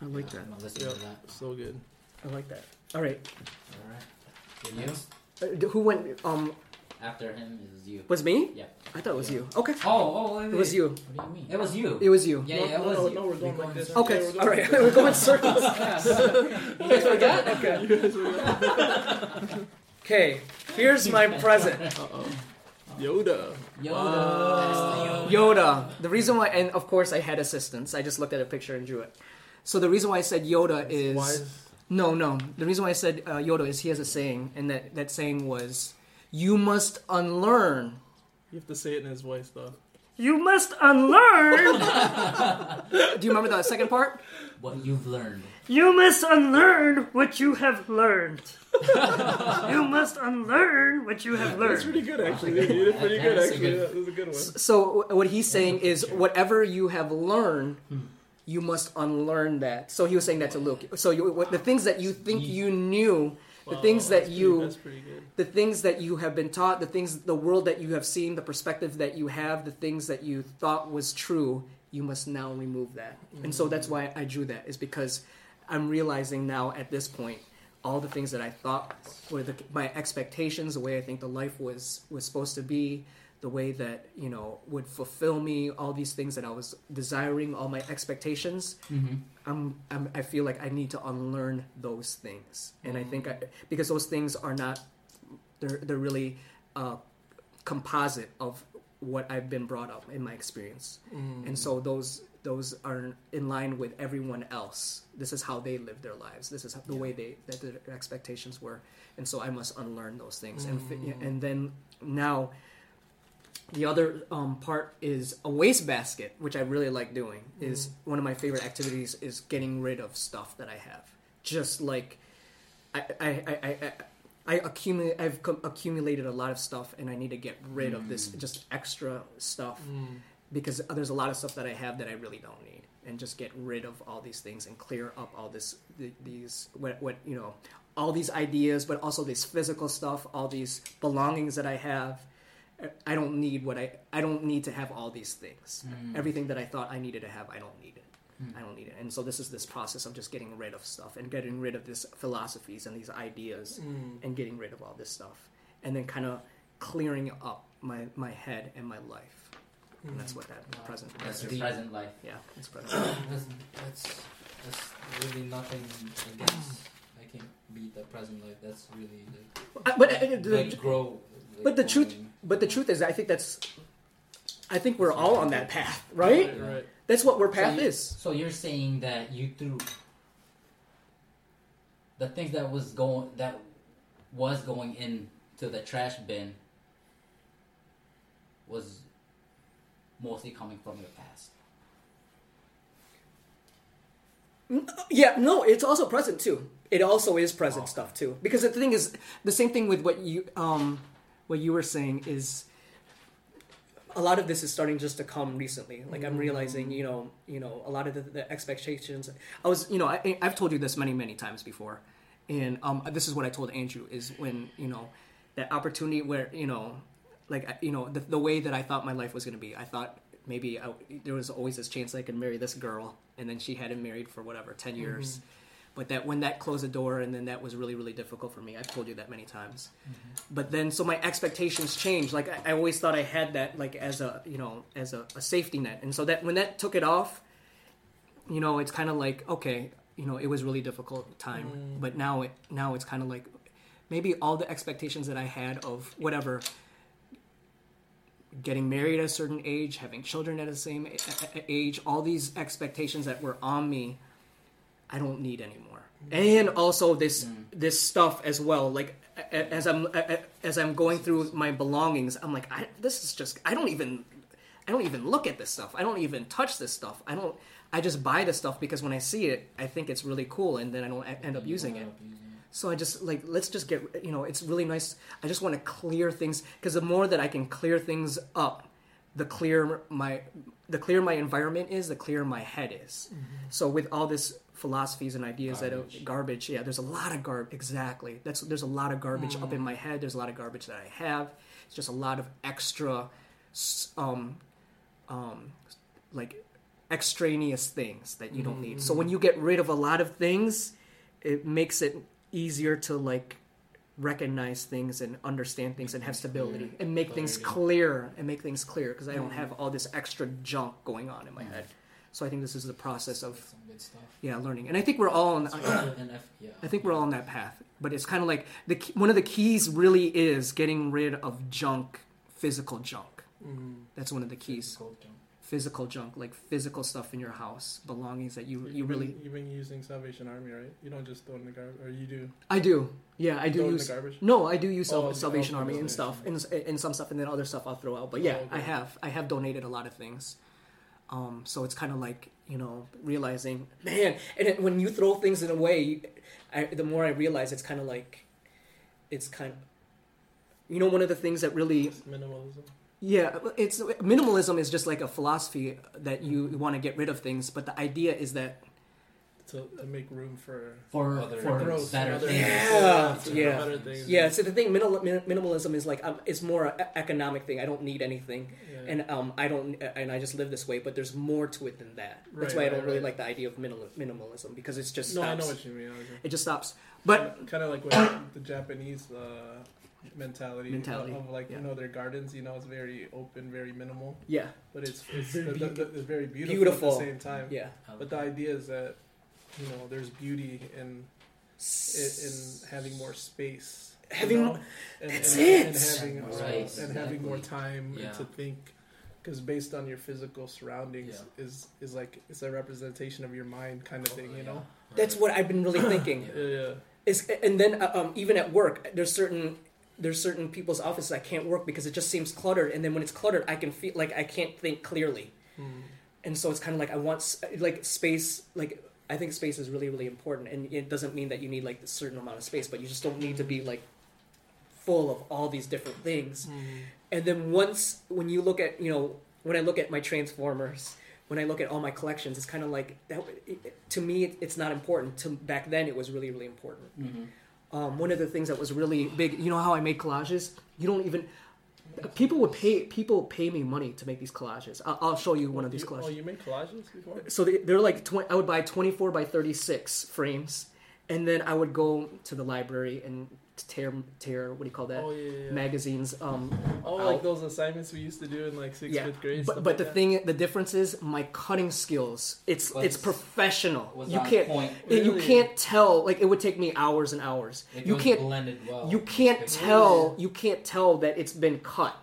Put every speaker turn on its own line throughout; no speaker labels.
I'm gonna listen
Yep.
to that.
So good.
I like that. All right.
All right. And you?
Uh, d- who went? Um,
After him is you.
was me?
Yeah.
I thought it was you. Okay.
Oh, oh, wait,
It was you.
What do you mean? It was you.
It was you.
Yeah, yeah, it
no,
was
no,
you.
no, we're going like
in
this.
circles.
Okay.
we're doing
All right.
it.
We're going circles.
you guys forgot?
Okay.
You guys were like,
Okay. Here's my present.
Uh-oh. Yoda.
Yoda. That's the Yoda.
Yoda. The reason why, and of course, I had assistance. I just looked at a picture and drew it. So the reason why I said Yoda is
Why is
no, no. The reason why I said uh, Yoda is he has a saying, and that that saying was, "You must unlearn."
you have to say it in his voice though?
You must unlearn. Do you remember the second part?
What you've learned.
You must unlearn what you have learned. you must unlearn what you have
That's pretty good actually. dude. You did pretty good
That's a
actually.
good-
That was a good one.
So wh- what he's saying is,
picture.
whatever you have learned,
Hmm.
you must unlearn that. So he was saying that to Luke. So you, what, the things that you think you knew, the
Wow,
things that
that's pretty-
you,
That's pretty good.
the things that you have been taught, the things, the world that you have seen, the perspective that you have, the things that you thought was true, you must now remove that. And so that's why I drew that is because I'm realizing now at this point. All the things that I thought were the, my expectations, the way I think the life was was supposed to be, the way that you know would fulfill me all these things that i was desiring all my expectations I'm, I'm i feel like i need to unlearn those things and i think i because those things are not they're they're really uh composite of what i've been brought up in my experience and so those those are in line with everyone else this is how they live their lives this is how, the way they that their expectations were and so i must unlearn those things and fi- and then now the other um, part is a wastebasket, which I really like doing. Is one of my favorite activities is getting rid of stuff that I have. Just like I I I, I, I I accumulate. I've com- accumulated a lot of stuff, and I need to get rid of this just extra stuff because there's a lot of stuff that I have that I really don't need, and just get rid of all these things and clear up all this th- these what what you know all these ideas, but also this physical stuff, all these belongings that I have. I don't need what I I don't need to have all these things.
Hmm. Mm.
Everything that I thought I needed to have, I don't need it. I don't need it. And so this is this process of just getting rid of stuff and getting rid of this philosophies and these ideas and getting rid of all this stuff and then kind of clearing up my my head and my life. And that's what that present
That's
is.
your present life.
Yeah, it's present.
That's, that's, that's really nothing against. I can't beat the present life. That's really like,
I- but uh, the,
like grow. like,
but the truth-
growing.
but the truth is I think that's I think we're all on that path, right?
Right, right.
That's what we're
So
path
you-
is.
So you're saying that you threw the things that was going that was going in to the trash bin was mostly coming from your past.
Yeah, no, it's also present too. It also is present
Oh.
stuff too. Because the thing is, the same thing with what you um, what you were saying is, a lot of this is starting just to come recently. Like I'm realizing, you know, you know, a lot of the, the expectations. I was, you know, I, I've told you this many, many times before, and um, this is what I told Andrew is when you know that opportunity where you know, like I- you know, the, the way that I thought my life was going to be. I thought maybe I, there was always this chance I could marry this girl, and then she hadn't married for whatever ten years. But that when that closed the door, and then that was really, really difficult for me. I've told you that many times but then so my expectations changed like I, I always thought i had that like as a you know as a, a safety net and so that when that took it off you know it's kind of like okay you know it was really difficult time but now it now it's kind of like maybe all the expectations that i had of whatever getting married at a certain age having children at the same a- a- age all these expectations that were on me I don't need anymore. And also this this stuff as well. Like a- a- as I'm a- a- as I'm going through my belongings, I'm like, I, this is just. I don't even. I don't even look at this stuff. I don't even touch this stuff. I don't. I just buy this stuff because when I see it, I think it's really cool, and then I don't e- end up using it. So I just like let's just get you know it's really nice. I just want to clear things because the more that I can clear things up, the clear my the clear my environment is, the clear my head is. So with all this philosophies and ideas that
Garbage.
garbage, yeah, there's a lot of garbage. Exactly, that's there's a lot of garbage up in my head. There's a lot of garbage that I have. It's just a lot of extra, s- um, um, like extraneous things that you don't need. So when you get rid of a lot of things, it makes it easier to like recognize things and understand things and have stability and make things clear and make things clear because I don't have all this extra junk going on in my head. So I think this is the process of
Some good stuff.
yeah learning, and I think we're all on.
and F, yeah.
I think we're all on that path, but it's kind of like the key- one of the keys really is getting rid of junk, physical junk. That's one of the keys.
Cold jump.
Physical junk, like physical stuff in your house, belongings that you you
You've
really.
been, you've been using Salvation Army, right? You don't just throw it in the garbage, or you do.
I do, yeah, I
You
do
throw it in
use.
the garbage.
No, I do use
Oh,
Sal-
okay.
Salvation
Oh,
Army
okay.
and stuff, and, and some stuff, and then other stuff I'll throw out. But yeah,
Oh, okay.
I have I have donated a lot of things. Um, so it's kind of like you know realizing, man, and it, when you throw things in a way, I, the more I realize it's kind of like, it's kind of, you know, one of the things that really
It's minimalism.
yeah, it's minimalism is just like a philosophy that you want to get rid of things, but the idea is that
To, to make room for
for
Other
for
growth,
better
other
things.
Yeah.
things,
Yeah.
for better things.
yeah. So the thing, minimal, min- minimalism is like um, it's more an economic thing. I don't need anything,
Yeah.
and um, I don't, and I just live this way. But there's more to it than that. That's why I
Right, right,
don't really
right.
like the idea of minimal, minimalism because it's just
no, I
stops.
know what you mean. I was-
It just stops. But
kind of like what the Japanese uh, mentality,
Mentality,
of, of like
yeah.
you know their gardens. You know, it's very open, very minimal,
yeah,
but it's
It's
it's,
very
the, the, the, it's very beautiful,
Beautiful.
at the same time.
yeah.
But the idea is that you know there's beauty in in, in having more space. you
Having
know?
mo-
and,
that's
and,
it!
And having uh,
Right,
and having more
exactly.
time
Yeah.
to think. Because based on your physical surroundings is is like it's a representation of your mind kind of thing, you know.
That's what I've been really thinking.
Yeah, yeah.
It's, and then uh, um, even at work, there's certain there's certain people's offices I can't work because it just seems cluttered. And then when it's cluttered, I can feel like I can't think clearly.
Hmm.
and so it's kind of like I want s- like space like I think space is really really important and it doesn't mean that you need like a certain amount of space but you just don't need to
Mm.
be like full of all these different things and then once when you look at you know when I look at my transformers when I look at all my collections it's kind of like that it, it- to me it, it's not important to back then it was really really important
Mm-hmm.
um, one of the things that was really big you know how I made collages you don't even uh, people would pay people pay me money to make these collages I'll, I'll show you one of these
You-
collages
Oh, you made collages before?
so they, they're like 20, I would buy 24 by 36 frames and then I would go to the library and tear tear what do you call that
Oh yeah, yeah, yeah.
magazines um
Oh,
out.
like those assignments we used to do in like sixth,
yeah
fifth grade.
but,
stuff
but the
like that.
thing the difference is my cutting skills it's
Was-
it's professional
Was
you
on
can't
Point.
it- you
Really?
can't tell like it would take me hours and hours
It
you
was
can't
Blended well.
you can't
Like,
tell you can't tell that it's been cut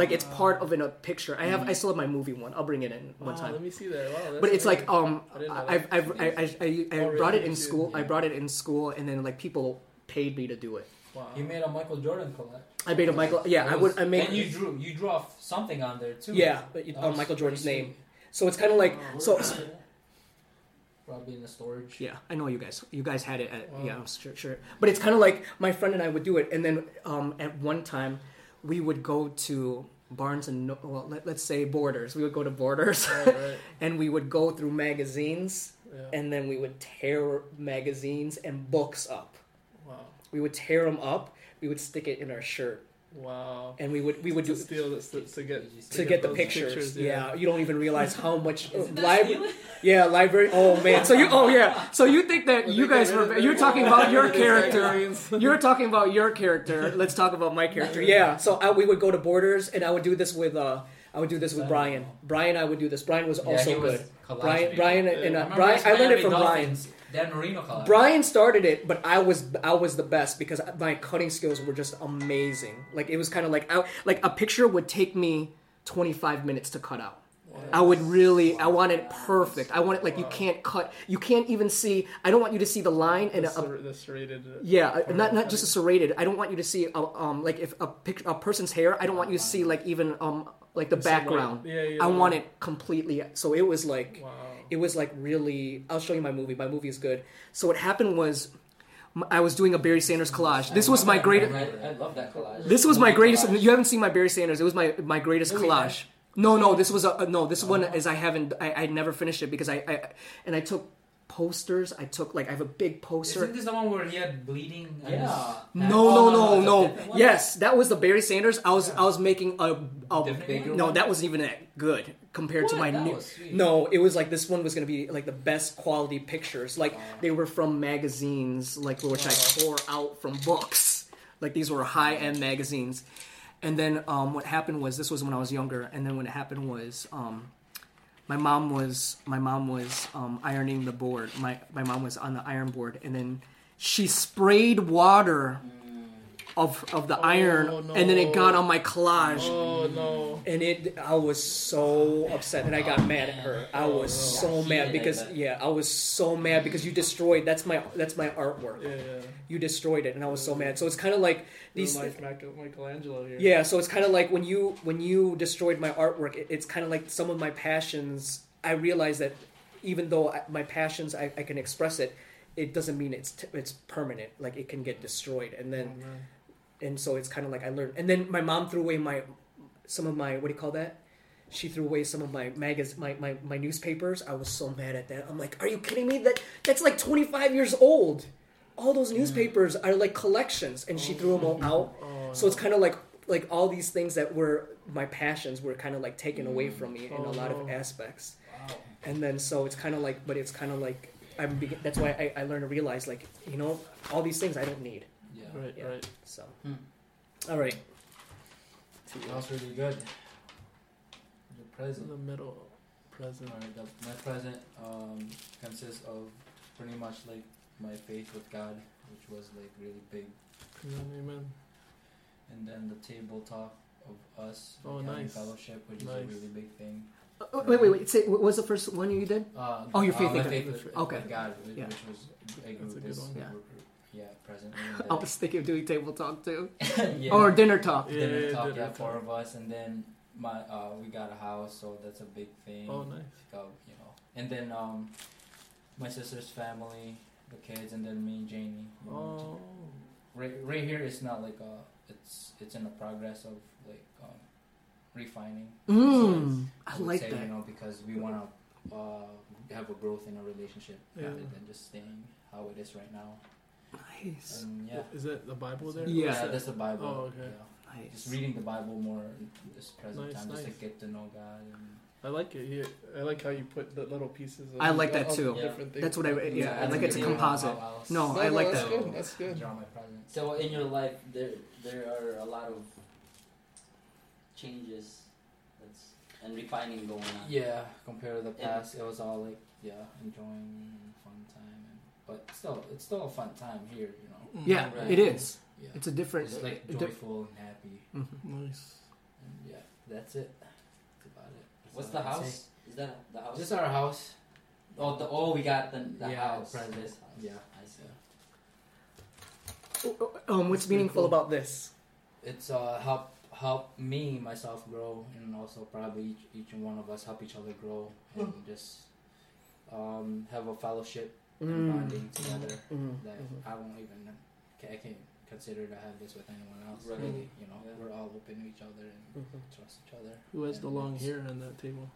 like it's part of an, a picture I have
Mm-hmm.
I still have my movie one I'll bring it in one
Wow,
time
Let me see that. Wow, that's
but it's like
amazing.
um,
I didn't know
I've, I've, I, I, I, I
Oh, really?
brought it in
You
school.
did,
I
yeah.
brought it in school, and then like people paid me to do it.
wow.
You made a Michael Jordan collab.
I
Oh,
made a Michael. Yeah, I
That
would.
was-
I made.
And you drew. You drew off something on there too.
yeah, but
Oh,
you-
That
on
was
Michael
pretty
Jordan's
sweet.
name. So it's kind of like so.
Probably in the storage.
Yeah, I know you guys. You guys had it. At,
Wow.
Yeah, I'm sure, sure. But it's kind of like my friend and I would do it, and then um, at one time, we would go to Barnes and no- well, let, let's say Borders. We would go to Borders,
Right, right.
and we would go through magazines,
Yeah.
and then we would tear magazines and books up.
Wow.
We would tear them up. We would stick it in our shirt,
Wow.
and we would we would
to
do
steal this to, to get
To
to
get
get the
those
pictures. yeah. you don't even realize how much
Isn't that
library. Yeah, library. Oh man. So you. Oh yeah. So you think that
Well,
you
they got
guys
rid of
were
that.
you're talking about your
They
character.
librarians.
You're talking about your character. Let's talk about my character. Yeah. So I, we would go to Borders, and I would do this with. uh I would do this with Brian. Brian, I would do this. Brian was
Yeah,
also
he was
Oh, good.
collage
Brian,
maker.
Brian, and
Yeah.
uh,
remember
Brian.
his
I learned it
Miami
from Brian.
Dolphins, Dan Marino collab.
Brian started it, but I was I was the best because my cutting skills were just amazing. Like it was kind of like I, like a picture would take me 25 minutes to cut out. I would really I want it perfect. I want it like you can't cut. You can't even see. I don't want you to see the line and
The,
a,
ser- the serrated. uh,
yeah, uh,
part
not
of
not
it.
just a serrated. I don't want you to see a, um like if a pic, a person's hair. I don't want you to see like even um like the
Just some, like-
background.
yeah, yeah,
I
yeah.
want it completely. So it was like
Wow.
it was like really. I'll show you my movie. My movie is good. So what happened was, m- I was doing a Barry Sanders collage. This was my
great.
greatest.
I love that collage.
This was my
Movie
greatest.
collage.
You haven't seen my Barry Sanders. It was my my greatest
No, we
collage. No, no, this was a no. This one is I haven't. I, I never finished it because I, I and I took posters. I took like I have a big poster.
Isn't this the one where he had bleeding? on his-
Yeah.
No, no, no,
that's a
no.
different one.
Yes, that was the Barry Sanders. I was,
Yeah.
I was making a, a
Different bigger
no.
one?
That wasn't even that good compared to
What?
my
That
new.
was sweet.
No, it was like this one was gonna be like the best quality pictures. Like they were from magazines, like which I tore out from books. Like these were high end magazines. And then um, what happened was this was when I was younger. And then what happened was um, my mom was my mom was um, ironing the board. My my mom was on the iron board, and then she sprayed water of of
Oh,
the iron, and then it got on my collage.
Oh no.
And it, I was so upset, and I got mad at her. I was so
Oh, She
mad
did
because,
that.
yeah, I was so mad because you destroyed. That's my, that's my artwork.
Yeah, yeah.
You destroyed it, and I was so mad. So it's kind of like
These
these,
life Michael- Michelangelo here.
yeah. So it's kind of like when you, when you destroyed my artwork, it, it's kind of like some of my passions. I realized that even though I, my passions, I, I can express it, it doesn't mean it's t- it's permanent. Like it can get destroyed, and
Oh,
then
no.
and so it's kind of like I learned. And then my mom threw away my some of my what do you call that? She threw away some of my magaz my, my my newspapers. I was so mad at that. I'm like, are you kidding me? That that's like 25 years old. All those newspapers are like collections, and she threw them all out.
Oh,
So it's kind of like like all these things that were my passions were kind of like taken away from me in a lot
Oh.
of aspects.
Wow.
And then so it's kind of like, but it's kind of like I'm. Be- that's why I, I learned to realize like you know all these things I don't need.
Yeah.
Right,
Yeah.
right.
So,
Hmm.
all right.
That was really good. The
In
present.
the middle present.
Or the, my present um, consists of pretty much like my faith with God, which was like really big,
Amen, amen.
and then the table talk of us
Oh,
like, having
nice.
fellowship, which is
Nice.
a really big thing.
Uh, wait, wait, wait. Say, what was the first one you did?
Uh,
Oh, your
uh,
faith
my
in
faith
God.
with, with
Okay.
God, which,
Yeah.
which was a
That's a
group
good
is
one.
Yeah.
yeah, present.
I was thinking of doing table talk too,
yeah.
or dinner talk.
Yeah,
dinner
yeah,
talk,
dinner
yeah, four
talk.
of us, and then my uh, we got a house, so that's a big thing.
Oh, nice.
Go, you know, and then um, my sister's family, the kids, and then me, Janie. You know,
Oh.
right, right here is not like a, it's it's in the progress of like um, refining.
Mm, I
would
like
say, You
that.
know, because we want to uh, have a growth in our relationship
Yeah.
rather than just staying how it is right now.
Nice,
And yeah,
Is that the Bible there?
Yeah.
What's that?
that's the Bible.
Oh, okay.
Yeah just
nice.
reading the Bible more in this present
Nice,
time, just
nice.
to get to know God. And,
I like it here. I like how you put the little pieces. Of
I like that
of
too.
Yeah.
Different things.
That's what I- yeah, I
don't
like it to
really know
composite.
how else
No,
No,
I
no,
like
that's
that.
Good. That's good.
Draw my present.
So in your life, there there are a lot of changes, that's and refining going on.
Yeah, compared to the
Yeah.
past, it was all like yeah, enjoying and fun time, and, but still, it's still a fun time here, you know.
Mm,
Yeah,
Right.
it is.
Yeah,
It's a different.
just like
a diff-
joyful and happy,
Mhm.
Nice.
and yeah, that's it. That's about it. That's
What's
all
the
I can
house?
say.
Is that the house?
Just our house.
oh, the oh, we got the, the
Yeah,
house.
present.
This house.
Yeah.
I see.
Oh, oh, Um, what's
That's pretty
meaningful
cool.
about this?
It's uh help help me myself grow, and also probably each, each and one of us help each other grow, and just um have a fellowship and
Mm.
bonding together.
Mm.
that
mhm.
I won't even ca- I can't consider to have this with anyone else.
Right.
Really, you know,
Yeah.
we're all open to each other and
Mhm.
trust each other.
Who has the
And
long
it's-
hair on that table?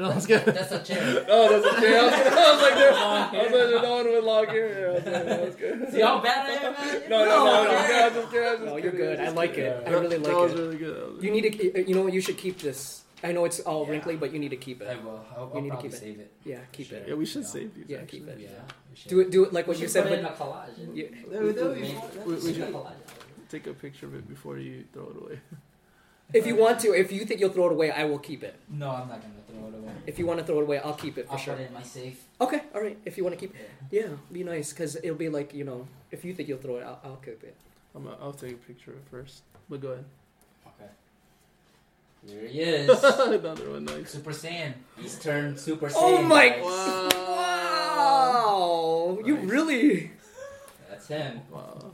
no, that's good.
That's a chair.
Oh, that's okay. I was, I was like, there. I was like, no one with long hair. I was like, that's good.
See how bad I am. at it?
No, no, no, no. no, I was just kidding, I was just
No, you're
kidding,
good.
I was
I
just
like
kidding.
it. I really
that was
like it.
really good. That was
You
really
need to. You know, what, you should keep this. I know it's all
Yeah.
wrinkly, but you need to keep
I
it.
will. I'll,
You
I'll
need to
probably
keep it.
save it.
Yeah, keep
good.
it.
Yeah, we should
Yeah.
save these.
Yeah,
actually.
keep it.
Yeah. we should.
Do it. Do it like
We
what you
should
said
put
when.
in a collage. and-
Yeah.
There we go.
We
We,
should-
we,
we
should
should collage.
take a picture of it before you throw it away.
If you want to, if you think you'll throw it away, I will keep it.
No, I'm not gonna throw it away.
If you want to throw it away, I'll keep it for
I'll
sure.
put it in my safe.
Okay, all right. If you want to keep, yeah, be nice because it'll be like you know, if you think you'll throw it, I'll, I'll keep it.
I'm a, I'll take a picture of it first. But go
Here he is.
ahead. Another one. Nice.
Super Saiyan.
He's turned Super Saiyan.
Oh my!
guys.
Wow! You
Nice.
really,
That's him.
Wow.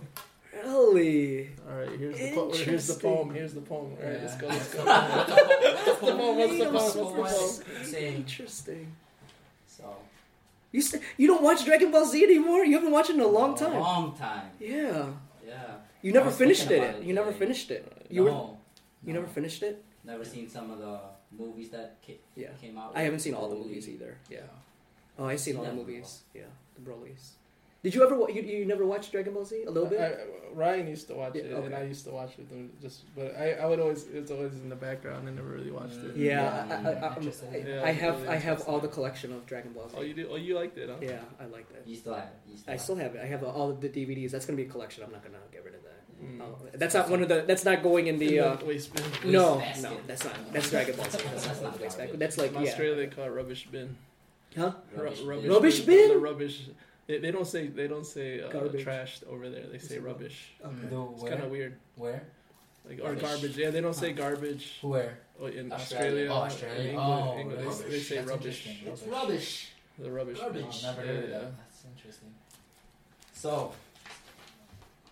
really.
All right. Here's the po- here's the
Interesting.
poem. Here's the poem. All right. Let's go. Let's go.
What's the poem? What's the poem?
What's the
Freedom
poem?
Super
What's
the poem?
Saiyan. Interesting.
So
You st- you don't watch Dragon Ball Z anymore? You haven't watched it in a long
A
time.
long time.
Yeah,
Yeah.
you
I
never
was
finished
thinking
it.
about it
You never
today.
finished it. You
no,
were, you never finished it.
never seen some of the movies that ca-
Yeah.
came out.
I haven't
with
seen all the
Broly.
movies either. Yeah. Oh, I seen all the
Yeah.
movies. Yeah, the Broly's. Did you ever? wa- You, you never watched Dragon Ball Z? A little bit.
I, I- Ryan used to watch
Yeah,
it, and
okay.
I used to watch it. and Just, but I, I would always. It's always in the background. I never really watched it.
yeah,
Yeah,
I, I, I,
interesting.
I'm- I-
Yeah,
I have.
really
I have all
interesting.
the collection of Dragon Ball Z.
Oh, you do. Oh, you liked it, huh?
Yeah, I like that.
You still have it. You still
I
have
still have it. I have uh, all of the DVDs. That's gonna be a collection. I'm not gonna get rid of that.
Mm.
I'll- that's not one of the. That's not going in
In
the. Uh,
waste bin.
no,
Wastebasket.
no, that's not. That's Dragon Ball Z. That's not the waste bag. That's like
In
yeah.
Australia, they call it rubbish bin.
Huh?
it. Rubbish.
Ru-
bin.
Rubbish bin?
The rubbish. They, they don't say they don't say uh,
Garbage.
trash over there. They say
it
rubbish.
Okay.
The
It's
where?
kind of weird.
where?
Like or
Rubbish.
garbage. Yeah, they don't say garbage
Where?
oh, in Australia.
Australia.
Oh,
in
Australia.
England,
Oh,
England,
rubbish.
They, they say
That's
rubbish.
interesting.
It's rubbish.
The rubbish.
Oh,
Rubbish.
never heard of
Yeah.
that. That's interesting.
So,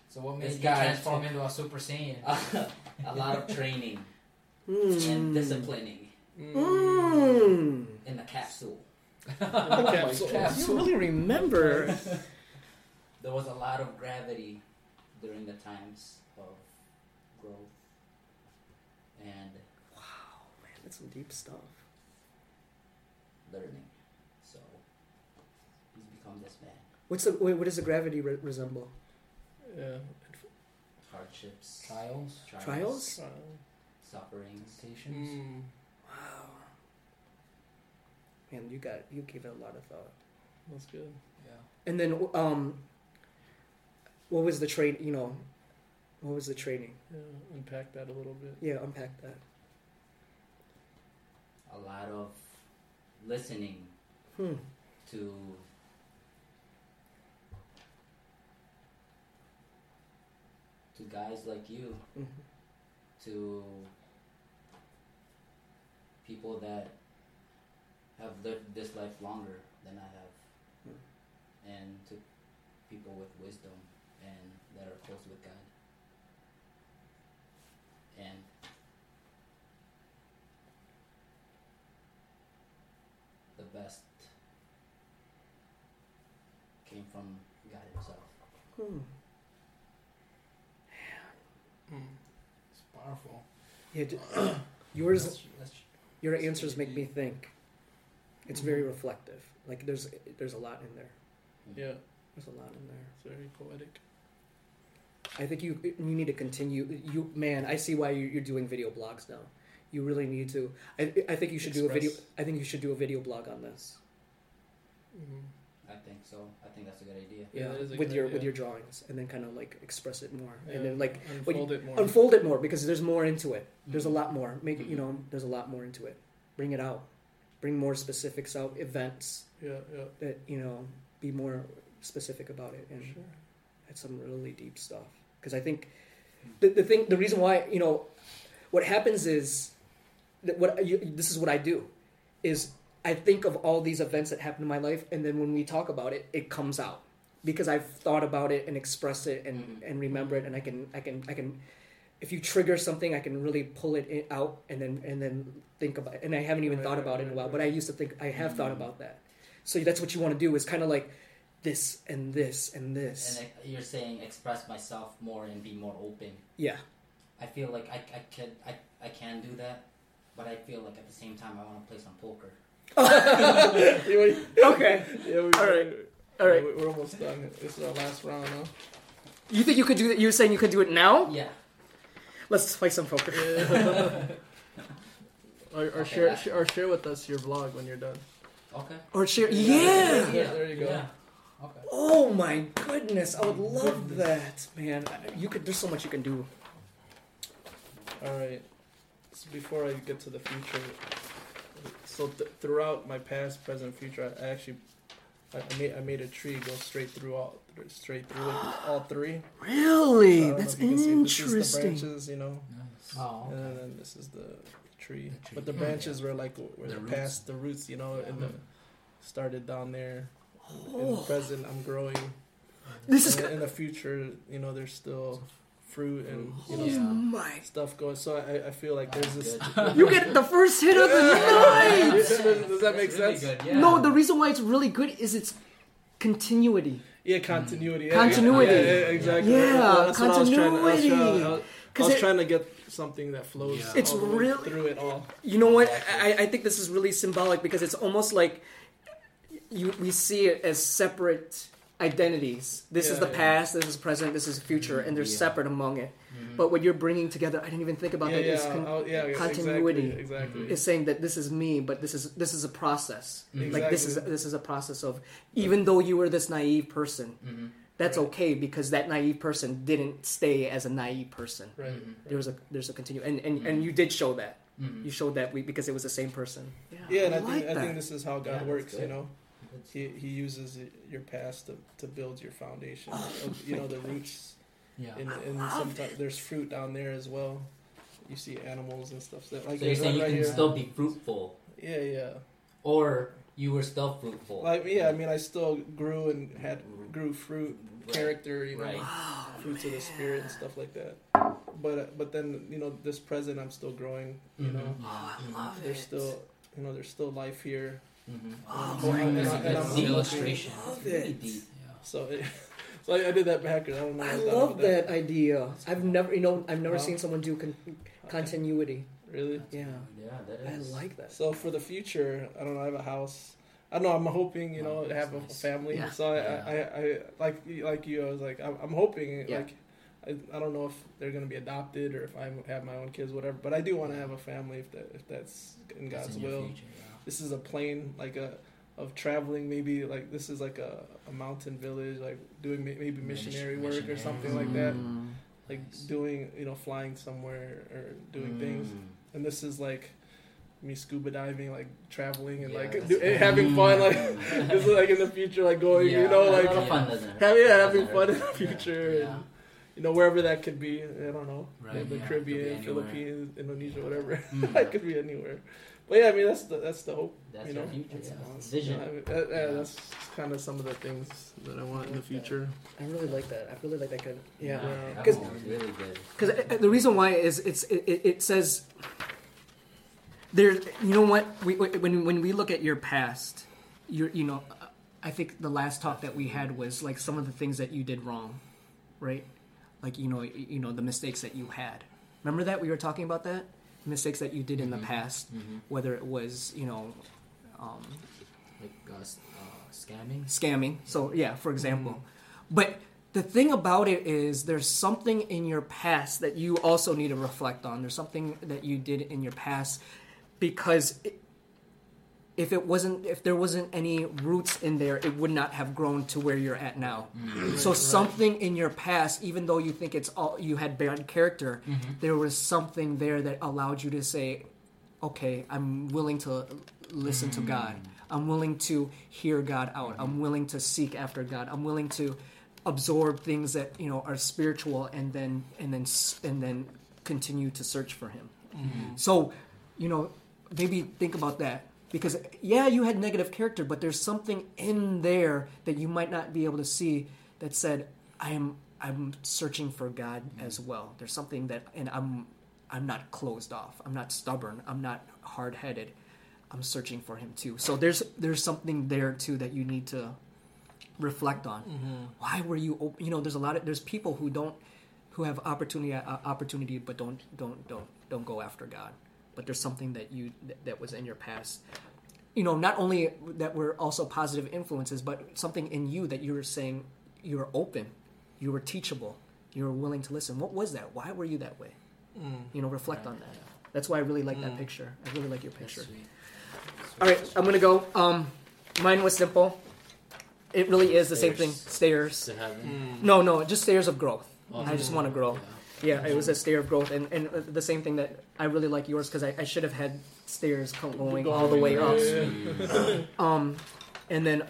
So what
This
made you
guy-
transform into a Super Saiyan?
a lot of training and
Mm.
disciplining
Mm.
Mm.
in the capsule.
Oh my
capsule.
God.
You really remember?
There was a lot of gravity during the times of growth. And
wow, man, that's some deep stuff.
learning. So he's become this man.
What's the? Wait, what does the gravity re- resemble?
Yeah.
Hardships,
Trials,
Trials?
Wow.
sufferings.
temptations.
uh, Mm.
Wow. Man, you got you gave it a lot of thought.
That's good.
Yeah.
And then, um, what was the train? You know, what was the training?
Yeah. Unpack that a little bit.
Yeah, unpack that.
A lot of listening
Hmm.
to to guys like you,
Mhm.
to people that have lived this life longer than I have,
Hmm.
and to people with wisdom and that are close with God. And the best came from God Himself.
Hmm.
Mm.
It's powerful.
Yeah, d- yours,
That's, that's,
your answers make me think. It's very reflective. Like there's there's a lot in there.
Yeah.
There's a lot in there.
It's very poetic.
I think you you need to continue. You man, I see why you- you're doing video blogs now. You really need to. I, I think you should do a video.
Express.
I think you should do a video blog on this.
Mm.
I think so. I think that's a good idea.
Yeah, that is a
with
good
your
idea.
with your drawings, and then kind of like express it more,
Yeah.
and then like when you-
unfold it more. Mm-hmm.
unfold it more because there's more into it. There's a lot more. Make it, you
Mhm.
know, there's a lot more into it. Bring it out. Bring more specifics out. Events
yeah. Yeah.
that you know. Be more specific about it, and
Sure.
that's some really deep stuff. Because I think
Hmm.
the, the thing, the reason why you know, what happens is that what you, this is what I do is I think of all these events that happen in my life, and then when we talk about it, it comes out because I've thought about it and expressed it and
Hmm.
Mhm.
and remember it, and I can I can I can. If you trigger something, I can really pull it in, out and then and then think about it. And I haven't even
Right,
thought
right,
about it in a
right,
while,
right.
but I used to think I have thought
Mhm.
about that. So that's what you want to do is kind of like this and this and this.
And I, you're saying express myself more and be more open.
yeah.
I feel like I, I can I, I can do that, but I feel like at the same time I want to play some poker.
okay.
Yeah, we,
All right. All right.
we- We're almost done. This is our last round, huh?
You think you could do that? You're saying you could do it now?
Yeah.
Let's play some poker.
Or, or
Okay,
share,
last
sh- or share with us your vlog when you're done.
Okay.
Or share.
Yeah.
Yeah.
There- there you go.
Yeah. Okay.
Oh my goodness. I would love that, man. You could. There's so much you can do.
All right. So before I get to the future, so th- throughout my past, present, future, I, I actually I, I made I made a tree go straight through all th- straight through it, all three. So I
Really?
don't know if you can see, This is the branches, you know,
nice.
Uh,
Oh, okay.
and then this is the tree.
The tree.
But the
Mm,
branches were like w- were
The
the
roots.
past the roots, you know, and the, started down there. In the
Oh.
present, I'm growing.
This
In the, in the future, you know, there's still fruit and you know
Yeah.
my.
stuff going. So I, I feel like there's this.
You get the first hit of the night.
does, does that make
That's really
sense?
good, yeah.
No, the reason why it's really good is it's continuity.
Yeah, continuity. Yeah,
Continuity.
Yeah, yeah, exactly.
Yeah,
that's what I was trying to- I was trying to- I was- I was,
'Cause it-
trying to get something that flows.
Yeah.
It's
all the way
really-
through it all.
You know what? I, I think this is really symbolic because it's almost like you we see it as separate identities. This is
Yeah,
the
yeah.
past, this is present, this is future, and they're
Yeah.
separate among it.
Mhm.
But what you're bringing together, I didn't even think about
Mm-hmm. yeah,
that.
yeah,
Is con-
I'll- yeah, yeah,
continuity.
Exactly. exactly.
Mhm.
is saying that this is me, but this is this is a process.
Mhm.
Like this is
Exactly.
this is a process of even though you were this naive person,
Mm-hmm,
Mhm.
that's
Right.
okay because that naive person didn't stay as a naive person.
Right.
Mhm.
right.
There's a there's a continue and and, and you did show that
Mhm.
mm-hmm.
you showed that we because it was the same person. Yeah,
yeah, and I,
like
think I
that.
think this is how
Yeah,
God
that's
works. You
good.
know,
That's-
He He uses y- your past to, to build your foundation. of, you know, the roots
Yeah.
and,
Oh I
and
love
sometimes there's fruit down there as well. You see animals and stuff that like
so you're
there's
saying
one right
you can
here.
still be fruitful,
yeah, yeah.
or you were still fruitful.
Like yeah, I mean, I still grew and had grew fruit,
Right.
character, you know,
Right.
Wow,
fruits of the spirit and stuff like that. But uh, but then you know, this present, I'm still growing. You
Mhm.
Mm-hmm.
know,
Ah,
Oh, I
Mhm.
love
there's
it.
still you know, there's still life here.
Mhm.
Oh my
Yeah, and I-
mm-hmm. Ah, That's a
and I'm
good deep
I
illustration.
love
It's really
it.
deep.
So it, so I, I did that backwards. I don't know.
I
how thought
love
about
that idea. I've never, you know, I've never
Wow.
seen someone do con- continuity.
Really.
That's
Yeah.
good. Yeah, that
I
is.
like that.
So for the future, I don't know. I have a house. I don't know. I'm hoping you know
Oh,
to have a
that's nice.
family.
Yeah.
So I,
Yeah.
I, I, I like you- like you. I was like, I'm, I'm hoping
Yeah.
like. I, I don't know if they're gonna be adopted or if I have my own kids, whatever. But I do want to have a family if that if that's in
That's
God's
in your
will.
future, yeah.
This is a plane like a of traveling maybe like this is like a, a mountain village like doing ma- maybe
Miss-
missionary work or
missionaries.
something like that
Mm.
like
Nice.
doing you know flying somewhere or doing
Mm.
things and this is like me scuba diving, like traveling and
Yeah,
like
that's
do,
cool.
and having fun. Like
Mm.
this is like in the future, like going,
Yeah,
you
a
know, like
a lot of
yeah.
fun, doesn't it?
having yeah, having
Yeah.
fun in the
Yeah.
future,
Yeah.
and you know wherever that could be. I don't know,
Right,
the
yeah, it could be
Caribbean,
anywhere.
Philippines, Indonesia, whatever.
Mm.
it could be anywhere. But yeah, I mean that's the that's the hope.
That's
you
your
know,
future.
that's
yeah.
awesome.
Vision.
I mean, that- yeah,
Yeah.
that's kind of some of the things that I want in the future.
I really like that. I really like that. Kind yeah.
Yeah.
that
'Cause-
one's really good.
Because the reason why is it's it, it, it says there. You know what? We when when we look at your past, you you know, I think the last talk that we had was like some of the things that you did wrong, right? Like you know you know the mistakes that you had. Remember that we were talking about that mistakes that you did in the past,
Mhm.
whether it was you know. Um,
Like uh, s- uh, scamming.
scamming. So yeah, for example. But the thing about it is there's something in your past that you also need to reflect on. There's something that you did in your past because it, if it wasn't if there wasn't any roots in there, it would not have grown to where you're at now. So something in your past, even though you think it's all you had bad character, there was something there that allowed you to say, "Okay, I'm willing to listen to God. I'm willing to hear God out. I'm willing to seek after God. I'm willing to absorb things that you know are spiritual, and then and then s- and then continue to search for Him." Mm-hmm. So, you know, maybe think about that because yeah, you had negative character, but there's something in there that you might not be able to see that said, "I'm I'm searching for God as well." There's something that, and I'm I'm not closed off. I'm not stubborn. I'm not hard headed. I'm searching for Him too. So there's there's something there too that you need to reflect on.
Mm-hmm.
Why were you? op- You know, there's a lot of there's people who don't who have opportunity uh, opportunity, but don't don't don't don't go after God. But there's something that you that, that was in your past. You know, not only that were also positive influences, but something in you that you were saying you were open, you were teachable, you were willing to listen. What was that? Why were you that way?
Mm.
You know, reflect on that. That's why I really like that picture. I really like your
Mm. That's
picture.
sweet.
All right, I'm gonna go. Um, mine was simple. It really is the same thing.
Stairs.
Stairs.
To heaven.
No, no, just stairs of growth.
Oh.
I just
Mhm.
want to grow.
Mm. Yeah.
Yeah, it was a stair of growth, and, and uh, the same thing that I really like yours because I, I should have had stairs co- going all the way up.
Yeah.
Um, and then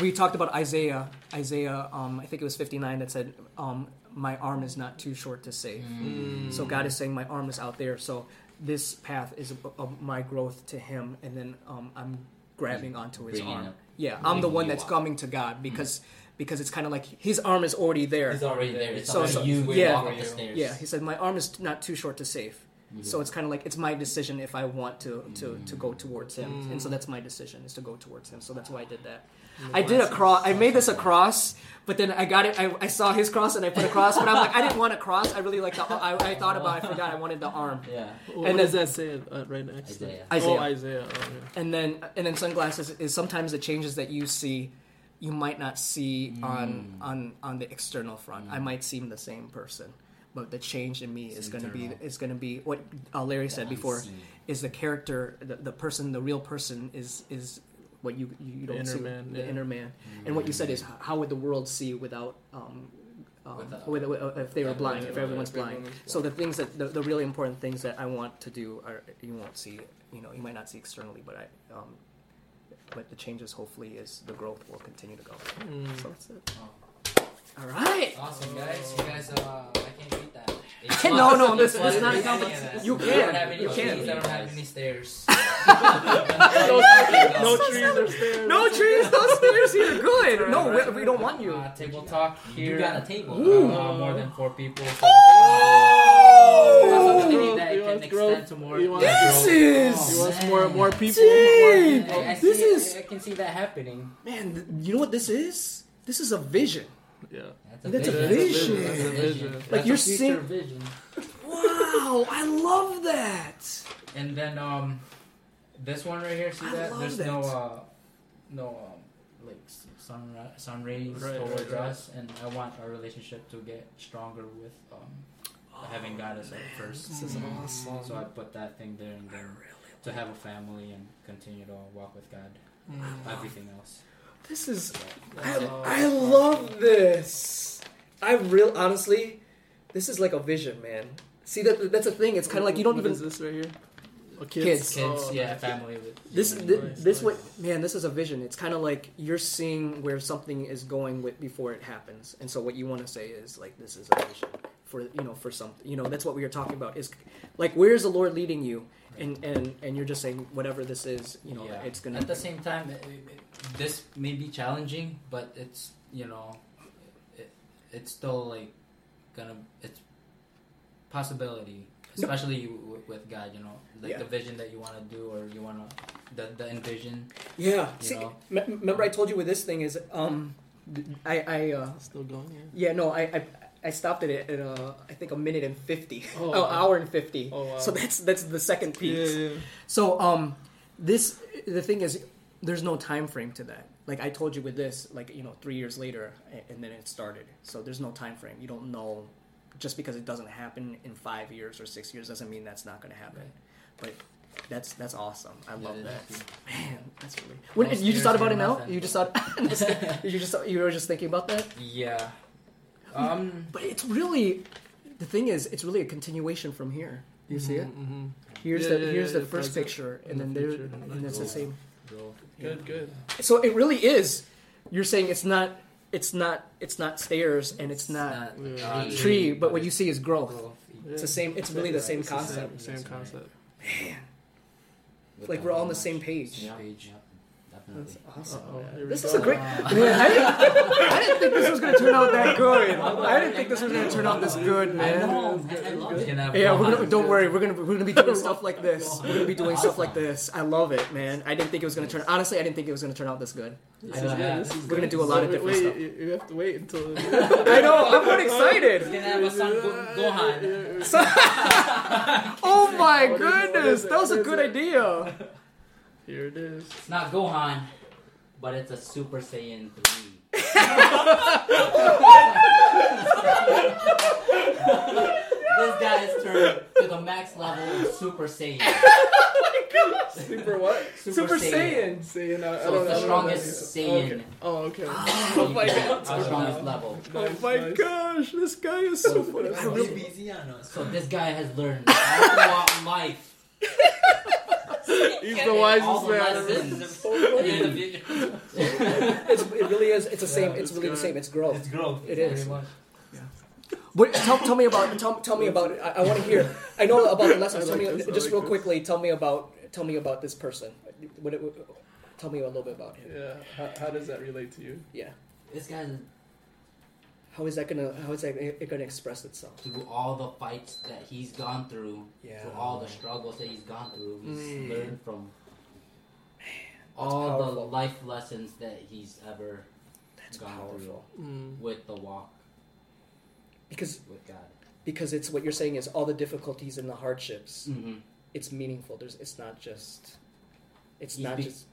we talked about Isaiah. Isaiah, um, I think it was 59 that said, um, "My arm is not too short to save."
Mm.
Mm.
So God is saying, "My arm is out there." So this path is ab- of my growth to Him, and then um, I'm grabbing onto His
Bringing
arm.
up-
yeah, I'm the
bringing
one
you
that's
up. Mm.
coming to God because because it's kind of like His arm is already there.
It's already there. It's
So-
already
so-
you.
yeah.
walk up the stairs.
Yeah, he said, "My arm is not too short to save."
Mm-hmm.
So it's kind of like it's my decision
Mm.
if I want to to to go towards him, and so that's my decision is to go towards him. So that's why I did that. I did a cross. I made this a cross, but then I got it. I, I saw his cross and I put a cross, but I'm like, I didn't want a cross. I really like the. I, I thought about. I forgot. I wanted the arm.
Yeah.
and
And
does that say uh, right next to it?
Isaiah.
Oh,
Isaiah.
Isaiah. Oh, yeah.
And then and then sunglasses is sometimes the changes that you see, you might not see on
Mm.
on on the external front. I might seem the same person, but the change in me
It's
is going to be
internal.
is going to be what uh, Larry said before.
Unseen.
is the character the, the person the real person is is what you you, you
The
don't
inner
see
man,
the
yeah.
inner man
Mm-hmm.
and what you said is h- how would the world see without um, um
Without-
with, with- uh, if they were
Yeah,
blind if
without-
everyone's
if everyone
blind
was
so the things that the, the really important things that I want to do are you won't see you know you might not see externally but I um but the changes hopefully is the growth will continue to go so that's it all right
Awesome guys, you guys. Uh, I can't beat that.
No, no, this-
It's
it's not-
It's
no,
any
but
of that.
you
I don't
can,
have any
you
trees,
can.
I don't have any stairs.
No trees or stairs.
no trees those stairs here good no
Right, right,
we, we don't want you
Uh, table talk here.
You got a table.
Uh, more than four people. So
Oh!
That's something that
He
it can
wants growth.
extend to more.
He wants
Yeah.
this
growth.
is
He
Oh,
wants
man.
more, more people. More
Dude!
people.
I, I see
This
it-
is-
I can see that happening.
Man, th- you know what this is? This is a vision.
Yeah.
That's a vision.
That's a vision.
Like,
that's
you're
a future
seeing-
vision.
Wow, I love that.
And then um, this one right here. See
I
that?
love
There's
that.
no uh, no um, like s- sun ra- sun rays
Right,
towards
right, right.
us, and I want our relationship to get stronger with um, having got us at first.
Oh, This is
Mm.
awesome.
So I put that thing there, and then to have a family and continue to walk with God. Everything else.
This is I,
That's
I love this. I real honestly, this is like a vision, man. See that that's a thing. It's kind of like you don't
What is
even
this right here? Oh,
Kids.
Kids,
Oh,
yeah,
nice.
family. With,
this
yeah,
thi-
Nice,
this
nice.
what man. This is a vision. It's kind of like you're seeing where something is going with before it happens. And so what you want to say is like this is a vision for you know for something. You know that's what we were talking about. Is like where is the Lord leading you? And and and you're just saying whatever this is, you know,
Yeah.
it's gonna.
At the same time, it, it- it- this may be challenging, but it's you know, it, it's still like gonna it's possibility, especially you, with, with God. You know, like
Yeah.
the vision that you want to do or you want to the the envision.
Yeah.
You
See,
know?
me- remember I told you with this thing is um, I I uh,
Still going, yeah.
yeah no I. I I stopped it at, at uh, I think a minute and fifty,
Oh,
oh,
wow.
hour and fifty.
Oh, wow.
So that's that's the second piece.
Yeah, yeah.
So um, this the thing is, there's no time frame to that. Like I told you with this, like you know, three years later, a- and then it started. So there's no time frame. You don't know. Just because it doesn't happen in five years or six years doesn't mean that's not going to happen. But that's that's awesome. I love
is
that.
awesome.
Man, that's really. When,
Most
you just thought
years
about
are
it now?
nothing.
You just thought. you just you were just thinking about that.
Yeah. Um.
But it's really, the thing is, it's really a continuation from here. You see it?
Mm-hmm.
Here's
Yeah,
the
yeah,
here's
yeah,
the
it
first
ties up
picture,
in
and
the
then there,
future.
and that's the same.
go.
Good, good.
So it really is. You're saying it's not, it's not, it's not stairs and it's not,
Yeah.
uh,
tree, but what you see is growth.
Yeah.
It's the same. It's really the
It's
same
the
concept.
Same, same
That's right.
concept.
Like we're all on the same page.
Yeah.
Page.
Definitely.
Awesome.
Uh-oh, Oh,
man.
here we
This
go.
is a great. Man, I, didn't, I didn't think this was gonna turn out that good. I didn't think this was gonna turn out this good,
I
man.
know. man, I love it.
Yeah, we're gonna, don't worry. We're gonna we're gonna be doing stuff like this. We're gonna be doing stuff like this. I love it, man. I didn't think it was gonna turn. Honestly, I didn't think it was gonna turn out this good.
This
I
is
know.
good, this is
We're
good.
gonna do a lot of
Wait,
different
wait,
stuff.
You, you have to wait until.
I know. I'm pretty
We're
excited.
gonna have a son Go- Gohan.
Oh my
What is it? What is
goodness,
it?
that was a
What is
good
it?
idea.
Here it is.
It's not Gohan, but it's a Super Saiyan 3. this guy is turned to the max level of Super Saiyan.
Super what?
Oh Super Saiyan.
Saiyan. I, I
So
don't,
it's
I
the
don't
strongest
know. that.
Saiyan.
Oh, okay.
Oh my
Yeah,
God.
it's the strongest level.
Oh
Nice,
my
nice.
gosh, this guy is so funny. I really-
So this guy has learned all throughout life.
He's the wisest
all the
man I've ever.
lessons in the video.
it's, it really is. It's the same.
Yeah,
It's
it's
really the
good.
same. It's growth.
It's growth.
It is.
Very much.
But tell, tell me about tell, tell me about. I, I want to hear. I know about the lessons.
I
Tell
like
me
this, I
just
like
real
this.
quickly. Tell me about tell me about this person. What it, tell me a little bit about him.
Yeah. How, how does that relate to you?
Yeah.
This guy's
How is that gonna How is that it gonna express itself?
through all the fights that he's gone through,
Yeah.
through all the struggles that he's gone through, he's
Mm.
learned from all the
powerful.
life lessons that he's ever gone
powerful.
Mm.
through with the walk
Because
with God.
because it's what you're saying is all the difficulties and the hardships.
Mm-hmm.
It's meaningful. There's it's not just it's
You
not
be-
just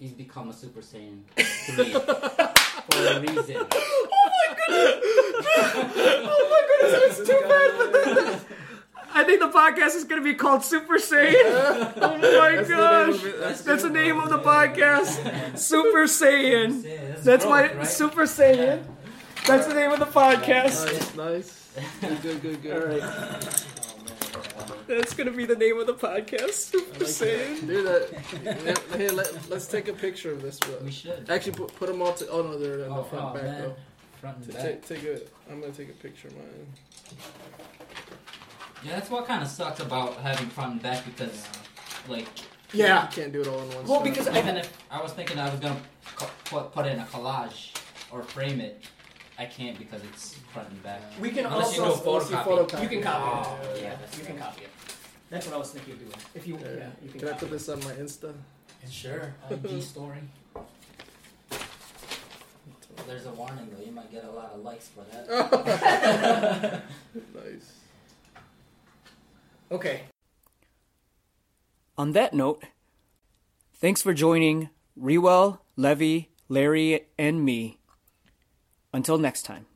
He's become a Super Saiyan 3 for a reason.
Oh my goodness, that's too bad. But that, I think the podcast is going to be called Super Saiyan. Oh my
That's the
gosh.
name of it.
That's,
That's
the
good.
name of the podcast. Super Saiyan. That's why
broke, right?
Super Saiyan. That's the name of the podcast.
Nice, nice. Good, good, good, good.
All right.
Oh, man.
That's going to be the name of the podcast. Super Saiyan.
Dude, that, hey, let, let's take a picture of this.
We
Bro.
should.
Actually, put, put them all to. Oh no, they're in
Oh,
the front
oh,
back
man.
though.
Front
To
and back.
take, take a, I'm gonna take a picture of mine.
Yeah, that's what kind of sucks about having front and back because, like,
Yeah.
you can't do it all in one.
Well,
shot.
because I-
even if I was thinking I was gonna co- put put in a collage or frame it, I can't because it's front and back.
We can
Unless you
also.
do a photocopy.
You can copy
Oh,
it.
yeah, that's
you can
right.
copy it. That's what I was thinking of doing. If you,
Yeah.
yeah, you can
Can I
copy
put this on my Insta?
Sure. IG story.
There's a warning though. You might get a lot of likes for that.
Nice.
Okay. On that note, thanks for joining Rewell, Levy, Larry, and me. Until next time.